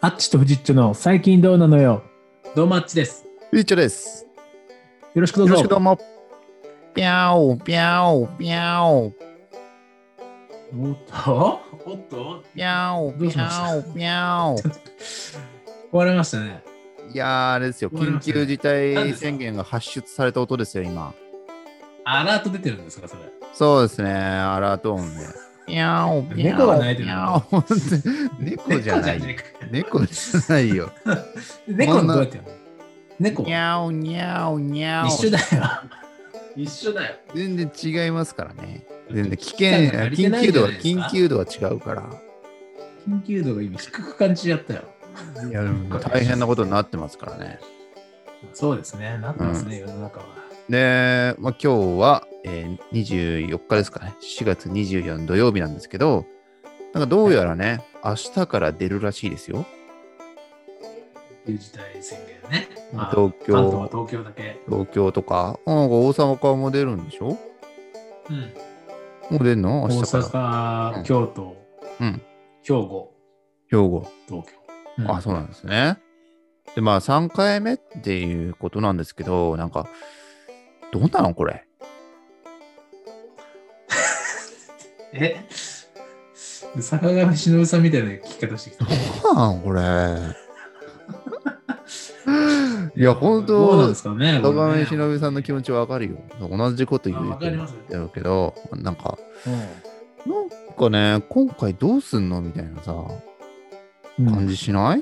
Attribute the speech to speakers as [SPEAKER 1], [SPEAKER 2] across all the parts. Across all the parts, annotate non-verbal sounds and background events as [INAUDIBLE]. [SPEAKER 1] あっちとフジッチョの最近どうなのよ。どうもあっちです。
[SPEAKER 2] フィーチャーです。
[SPEAKER 1] よろしくど
[SPEAKER 2] よ
[SPEAKER 1] う
[SPEAKER 2] ろ
[SPEAKER 1] ぞ。
[SPEAKER 2] しくどうも。ぴゃおぴゃおぴゃお
[SPEAKER 1] おっとおっと
[SPEAKER 2] ぴゃお
[SPEAKER 1] どう
[SPEAKER 2] ぴ
[SPEAKER 1] しました
[SPEAKER 2] ゃおぴゃ [LAUGHS] お。
[SPEAKER 1] 終わりましたね。
[SPEAKER 2] いやー、あれですよ。
[SPEAKER 1] 終わり
[SPEAKER 2] 緊
[SPEAKER 1] ましたね
[SPEAKER 2] 急事態宣言が発出された音ですよ、今。
[SPEAKER 1] アラート出てるんですか、それ。
[SPEAKER 2] そうですね、アラート音で。ぴゃおぴゃお。
[SPEAKER 1] 猫が泣いてる
[SPEAKER 2] ぴゃお猫じゃない。
[SPEAKER 1] 猫じ
[SPEAKER 2] 猫じゃないよ。
[SPEAKER 1] ゃねえか。猫どうやってやるの猫
[SPEAKER 2] にゃおにゃおにゃお。
[SPEAKER 1] 一緒
[SPEAKER 2] [LAUGHS]
[SPEAKER 1] だよ。一緒だよ。
[SPEAKER 2] 全然違いますからね。全然危険、
[SPEAKER 1] 機械が足りてな
[SPEAKER 2] 緊
[SPEAKER 1] いん
[SPEAKER 2] 急
[SPEAKER 1] じ
[SPEAKER 2] 度
[SPEAKER 1] ゃ
[SPEAKER 2] は、
[SPEAKER 1] ないですか
[SPEAKER 2] 緊急度は違うから。
[SPEAKER 1] 緊急度が今低く感じちゃったよ。
[SPEAKER 2] いや、でも大変なことになってますからね。
[SPEAKER 1] そうですね。なってますね、世の中は。
[SPEAKER 2] で、まあ、今日は、えー24日ですかね、4月24土曜日なんですけど、なんかどうやらね、明日から出るらしいですよ。
[SPEAKER 1] 緊急事態宣言ね。まあ
[SPEAKER 2] 東京
[SPEAKER 1] 関東は東京だけ。
[SPEAKER 2] 東京とか、あなんか大阪も出るんでしょ
[SPEAKER 1] うん。
[SPEAKER 2] もう出んの
[SPEAKER 1] 大
[SPEAKER 2] 明日から。う
[SPEAKER 1] 阪、
[SPEAKER 2] ん
[SPEAKER 1] 京都、
[SPEAKER 2] うん
[SPEAKER 1] 兵庫、
[SPEAKER 2] 兵庫。
[SPEAKER 1] 東京。うん
[SPEAKER 2] あ、そうなんですね。で、まあ3回目っていうことなんですけど、なんか、どうなのこれ。
[SPEAKER 1] [LAUGHS] え坂上忍さんみたいな聞き方してきた。
[SPEAKER 2] どうなのこれ。 [LAUGHS] いや、本当
[SPEAKER 1] どうなんですかね。
[SPEAKER 2] 坂
[SPEAKER 1] これ
[SPEAKER 2] 上
[SPEAKER 1] ね
[SPEAKER 2] 忍さんの気持ちわかるよ。同じこと言
[SPEAKER 1] あわ
[SPEAKER 2] う
[SPEAKER 1] かります
[SPEAKER 2] やるけど、なんか、
[SPEAKER 1] う
[SPEAKER 2] なんかね、今回どうすんのみたいなさ、
[SPEAKER 1] ん
[SPEAKER 2] 感じしない、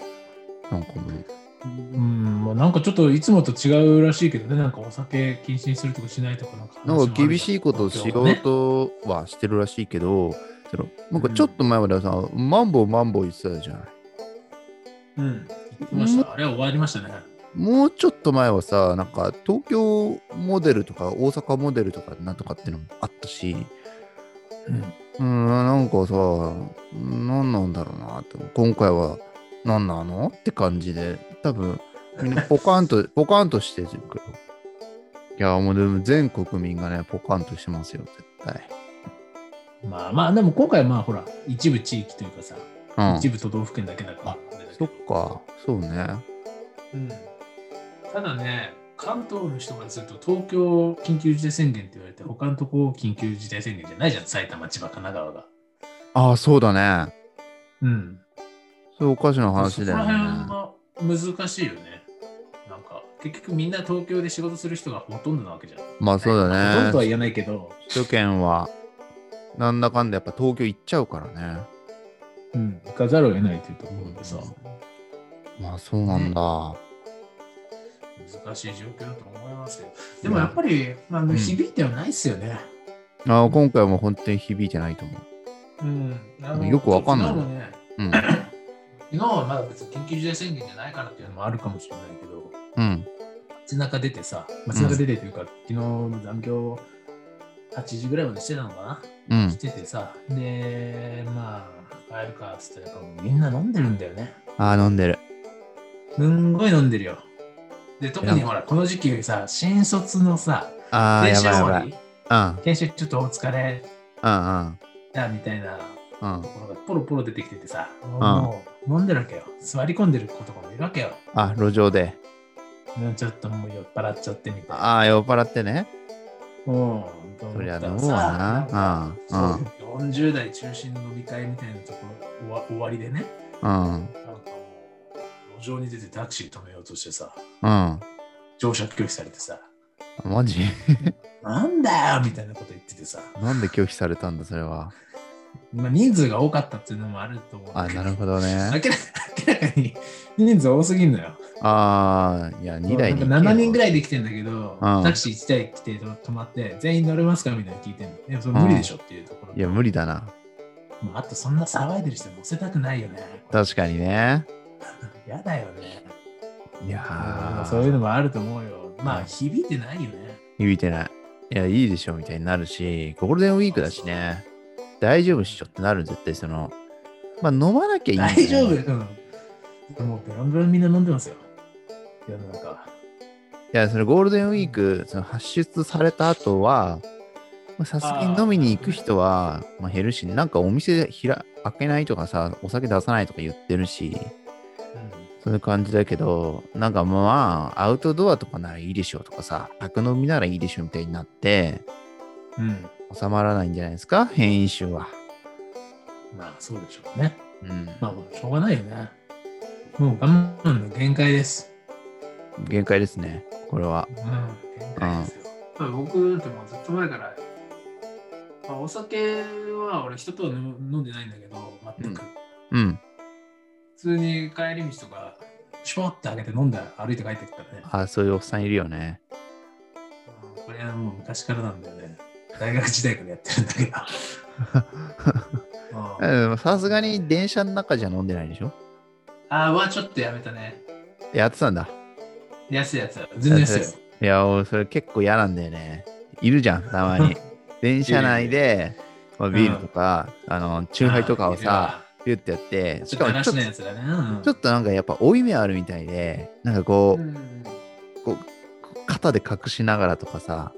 [SPEAKER 2] なんかもう、
[SPEAKER 1] うん、もうなんかちょっといつもと違うらしいけどね、なんかお酒禁止にするとかしないとかなんか話もあるじゃん、
[SPEAKER 2] なんか厳しいことをしようとはしてるらしいけど、そのなんかちょっと前まではさ、マンボウマンボウ言ってたじゃない。
[SPEAKER 1] うん、行きました。あれは終わりましたね。
[SPEAKER 2] もうちょっと前はさ、なんか東京モデルとか大阪モデルとかなんとかっていうのもあったし、
[SPEAKER 1] うん
[SPEAKER 2] うん、なんかさ、何なんだろうなって、今回は何なのって感じで、多分、みんなポカン
[SPEAKER 1] [LAUGHS]
[SPEAKER 2] と、ポカンとしてるけど。いや、もうでも全国民がね、ポカンとしてますよ、絶対。
[SPEAKER 1] まあまあ、でも今回はまあほら、一部地域というかさ、
[SPEAKER 2] うん
[SPEAKER 1] 一。部都道府県だけだから。
[SPEAKER 2] そっか、そうね。
[SPEAKER 1] うん、ただね、関東の人からすると、東京緊急事態宣言って言われて、他のとこ緊急事態宣言じゃないじゃん、埼玉、千葉、神奈川が。
[SPEAKER 2] ああ、そうだね。
[SPEAKER 1] うん。
[SPEAKER 2] それおかしな話だよ
[SPEAKER 1] そこら辺
[SPEAKER 2] ね。
[SPEAKER 1] は難しいよね。なんか、結局みんな東京で仕事する人がほとんどなわけじゃん。
[SPEAKER 2] まあそう
[SPEAKER 1] ほとん
[SPEAKER 2] だ
[SPEAKER 1] どは
[SPEAKER 2] ね。
[SPEAKER 1] 言えないけど、
[SPEAKER 2] 首都圏は、なんだかんだやっぱ東京行っちゃうからね。
[SPEAKER 1] うん、行かざるを得ないというところでさ、
[SPEAKER 2] まあそうなんだ。
[SPEAKER 1] 難しい状況だと思いますけど、でもやっぱり、まあ、
[SPEAKER 2] ん
[SPEAKER 1] 響いてはないっすよね。
[SPEAKER 2] ああ今回はもう本当に響いてないと思
[SPEAKER 1] う
[SPEAKER 2] う。
[SPEAKER 1] ん。あの
[SPEAKER 2] よくわかんない
[SPEAKER 1] 昨日もね
[SPEAKER 2] うん。
[SPEAKER 1] 昨日はまだ別に緊急事態宣言じゃないからっていうのもあるかもしれないけど、
[SPEAKER 2] うん。
[SPEAKER 1] 街中出てさ、街中出てというか、昨日の残業8時ぐらいまでしてたのか
[SPEAKER 2] う
[SPEAKER 1] な、し
[SPEAKER 2] ん。
[SPEAKER 1] ててさ、で、まあ、帰るかっつってやっぱもうみんな飲んでるんだよね。
[SPEAKER 2] ああ、飲んでる。
[SPEAKER 1] すんごい飲んでるよ。で、特に
[SPEAKER 2] や
[SPEAKER 1] ほら、この時期さ、新卒のさ、
[SPEAKER 2] ああ、
[SPEAKER 1] 研
[SPEAKER 2] や
[SPEAKER 1] 修
[SPEAKER 2] ばい
[SPEAKER 1] 終
[SPEAKER 2] や
[SPEAKER 1] わ
[SPEAKER 2] ば
[SPEAKER 1] り
[SPEAKER 2] い。うん。
[SPEAKER 1] 研修ちょっとお疲れ
[SPEAKER 2] うん
[SPEAKER 1] だみたいな
[SPEAKER 2] うん。
[SPEAKER 1] と
[SPEAKER 2] うん。
[SPEAKER 1] ころがポロポロ出てきててさ、もう飲んでるわけよ。座り込んでる子とかもいるわけよ。
[SPEAKER 2] あ、路上で。
[SPEAKER 1] うんちょっともう酔っ払っちゃってみたいな。
[SPEAKER 2] ああ、酔っ払ってね。
[SPEAKER 1] うん。
[SPEAKER 2] そりゃ
[SPEAKER 1] ど
[SPEAKER 2] 飲
[SPEAKER 1] う
[SPEAKER 2] むわな。うん。
[SPEAKER 1] 40代中心の飲み会みたいなところ終わ終わりでね、
[SPEAKER 2] うん。うん。
[SPEAKER 1] なんかもう、路上に出てタクシー止めようとしてさ、
[SPEAKER 2] うん。
[SPEAKER 1] 乗車拒否されてさ、
[SPEAKER 2] マジ
[SPEAKER 1] なんだよみたいなこと言っててさ、
[SPEAKER 2] なんで拒否されたんだ、それは。
[SPEAKER 1] まあ、人数が多かったっていうのもあると思う。
[SPEAKER 2] あなる
[SPEAKER 1] ど。
[SPEAKER 2] ほ
[SPEAKER 1] [LAUGHS]
[SPEAKER 2] どね。
[SPEAKER 1] 明ら明らかに人数多すぎんのよ。
[SPEAKER 2] ああ、いや、2台に。
[SPEAKER 1] なんか7人ぐ
[SPEAKER 2] い。
[SPEAKER 1] らいで来てんだけど、
[SPEAKER 2] うん
[SPEAKER 1] タクシー1台来て止まって、全員乗れますかみたいな聞いてんの。でもそれ無理でしょっていうところ。
[SPEAKER 2] いや、無理だな。
[SPEAKER 1] まあ、あとそんな騒いでる人乗せたくないよね。
[SPEAKER 2] 確かにね。
[SPEAKER 1] やだよね。
[SPEAKER 2] いやー
[SPEAKER 1] そういうのもあると思うよ。ま
[SPEAKER 2] う
[SPEAKER 1] あ、
[SPEAKER 2] ん
[SPEAKER 1] 響いてないよね。
[SPEAKER 2] 響いてない。いや、いいでしょ、みたいになるし、ゴールデンウィークだしね。大丈夫っしょってなる、絶対その。まあ、飲まなきゃいいんだよね、
[SPEAKER 1] 大丈夫。うん。もうベロンベロンみんな飲んでますよ。世の中は。
[SPEAKER 2] いや、そのゴールデンウィーク、その発出された後は、まあさすがに飲みに行く人は、まあ、減るし、なんかお店ひら開けないとかさ、お酒出さないとか言ってるし、
[SPEAKER 1] うん
[SPEAKER 2] そういう感じだけど、なんかまあ、アウトドアとかならいいでしょうとかさ、宅飲みならいいでしょみたいになって、
[SPEAKER 1] うん。
[SPEAKER 2] 収まらないんじゃないですか変異種は。
[SPEAKER 1] まあ、そうでしょうね。
[SPEAKER 2] うん。
[SPEAKER 1] まあ、もうしょうがないよね。もう我慢の限界です。
[SPEAKER 2] 限界ですね、これは
[SPEAKER 1] う。ん、限界ですよ。まあ僕なんてもうずっと前から、まあ、お酒は俺人とは飲飲んでないんだけど、全く。
[SPEAKER 2] うんうん。
[SPEAKER 1] 普通に帰り道とか、シュポって開けて飲んだら歩いて帰ってくからね。
[SPEAKER 2] あそういうおっさんいるよね。
[SPEAKER 1] うんこれはもう昔からなんだよね。大学時代からやってるんだ
[SPEAKER 2] [LAUGHS]
[SPEAKER 1] けど。うん
[SPEAKER 2] うんさすがに電車の中じゃ飲んでないでしょ
[SPEAKER 1] あーはちょっとやめたね。
[SPEAKER 2] やってたんだ。
[SPEAKER 1] 安いやつ。全然安いよ。
[SPEAKER 2] いや、俺それ結構嫌なんだよね。いるじゃん、たま [LAUGHS] に。電車内で、まあ、ビールとか、あの、チューハイとかをさ、、ピュッてやって、
[SPEAKER 1] ち
[SPEAKER 2] し
[SPEAKER 1] ょっ
[SPEAKER 2] か
[SPEAKER 1] と
[SPEAKER 2] も
[SPEAKER 1] 話
[SPEAKER 2] ちょっ
[SPEAKER 1] の
[SPEAKER 2] と
[SPEAKER 1] やつだね。うん
[SPEAKER 2] ちょっとなんかやっぱ負い目あるみたいで、なんかこ
[SPEAKER 1] う
[SPEAKER 2] う、
[SPEAKER 1] ん
[SPEAKER 2] 肩で隠しながらとかさ、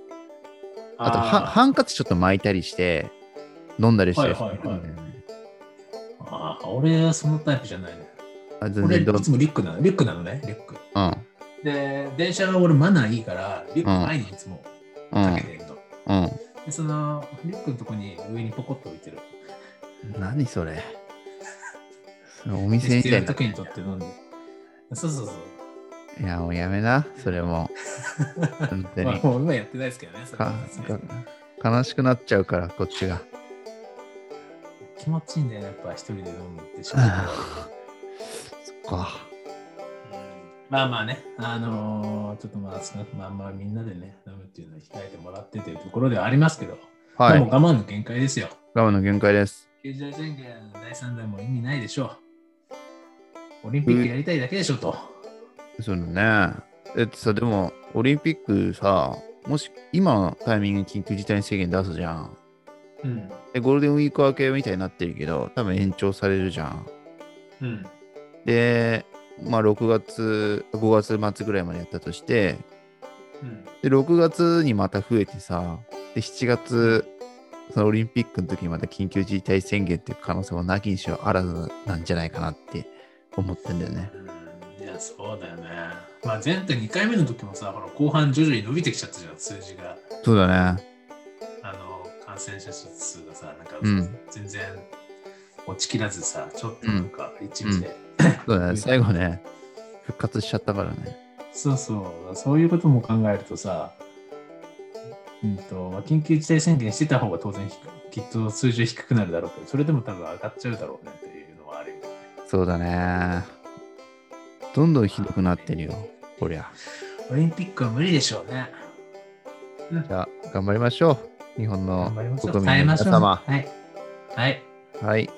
[SPEAKER 2] あとは
[SPEAKER 1] あ
[SPEAKER 2] ハンカチちょっと巻いたりして、飲んだりしてる人
[SPEAKER 1] はいい
[SPEAKER 2] る
[SPEAKER 1] はいはい
[SPEAKER 2] んだよね。
[SPEAKER 1] ーあー、俺はそのタイプじゃないね。
[SPEAKER 2] あ全
[SPEAKER 1] 俺、
[SPEAKER 2] 然
[SPEAKER 1] い
[SPEAKER 2] どう
[SPEAKER 1] つもリュックなの。リュックなのね、リュック。
[SPEAKER 2] うん。
[SPEAKER 1] で、電車は俺マナーいいから、リュック前にいつも
[SPEAKER 2] う
[SPEAKER 1] か
[SPEAKER 2] ん
[SPEAKER 1] けてるの。
[SPEAKER 2] う
[SPEAKER 1] で、そのリュックのとこに上にポコッと置いてる。
[SPEAKER 2] ん。何それ。それお
[SPEAKER 1] で
[SPEAKER 2] 店
[SPEAKER 1] 必
[SPEAKER 2] みた
[SPEAKER 1] 要
[SPEAKER 2] い
[SPEAKER 1] な
[SPEAKER 2] な。
[SPEAKER 1] 時に取って飲んで。そうそうそう。
[SPEAKER 2] いや、もうやめな、それも。本当
[SPEAKER 1] まあ、
[SPEAKER 2] に。
[SPEAKER 1] もう今やってないですけどね。それ
[SPEAKER 2] か
[SPEAKER 1] はさすがに
[SPEAKER 2] か悲しくなっちゃうから、こっちが。
[SPEAKER 1] 気持ちいいんだよね、やっぱ一人で飲むって
[SPEAKER 2] [LAUGHS]
[SPEAKER 1] しょ。
[SPEAKER 2] そっか。
[SPEAKER 1] まあまあね、あのーちょっとまあ少なく、まあまあみんなでね、飲むっていうのは控えてもらってというところではありますけど、
[SPEAKER 2] は
[SPEAKER 1] もう
[SPEAKER 2] い。
[SPEAKER 1] 我慢の限界ですよ。
[SPEAKER 2] 我慢の限界です。
[SPEAKER 1] 救済宣言第3弾も意味ないでしょう。オリンピックやりたいだけでしょと。
[SPEAKER 2] そうだね。だってさ、でも、オリンピックさ、もし今のタイミングに緊急事態宣言出すじゃん。
[SPEAKER 1] うん。
[SPEAKER 2] で、ゴールデンウィーク明けみたいになってるけど、多分延長されるじゃん。
[SPEAKER 1] うん。
[SPEAKER 2] で、まあ、6月、5月末ぐらいまでやったとして、
[SPEAKER 1] うん。
[SPEAKER 2] で、6月にまた増えてさ、で、7月、そのオリンピックの時にまた緊急事態宣言っていう可能性もなきにしろあらずなんじゃないかなって思ってんだよね。
[SPEAKER 1] いや、そうだよね。まあ前回2回目の時もさ、ほら後半徐々に伸びてきちゃったじゃん、数字が。
[SPEAKER 2] そうだね。
[SPEAKER 1] あの感染者数がさ、なんか
[SPEAKER 2] うん
[SPEAKER 1] 全然落ちきらずさ、ちょっとなんか一日で、
[SPEAKER 2] そうだね。最後ね、復活しちゃったからね。
[SPEAKER 1] そうそう、そういうことも考えるとさ、うんとまあ、緊急事態宣言してた方が当然ひきっと数字は低くなるだろうけど、それでも多分上がっちゃうだろうねっていうのはあるよね。
[SPEAKER 2] そうだね。どんどんひどくなってるよ。こりゃ。
[SPEAKER 1] オリンピックは無理でしょうね。
[SPEAKER 2] じゃあ、頑張りましょう。日本の
[SPEAKER 1] 頑張りましょう。
[SPEAKER 2] 国民の
[SPEAKER 1] 耐えま
[SPEAKER 2] 皆
[SPEAKER 1] しょう。
[SPEAKER 2] 様。
[SPEAKER 1] はい。はい。
[SPEAKER 2] はい。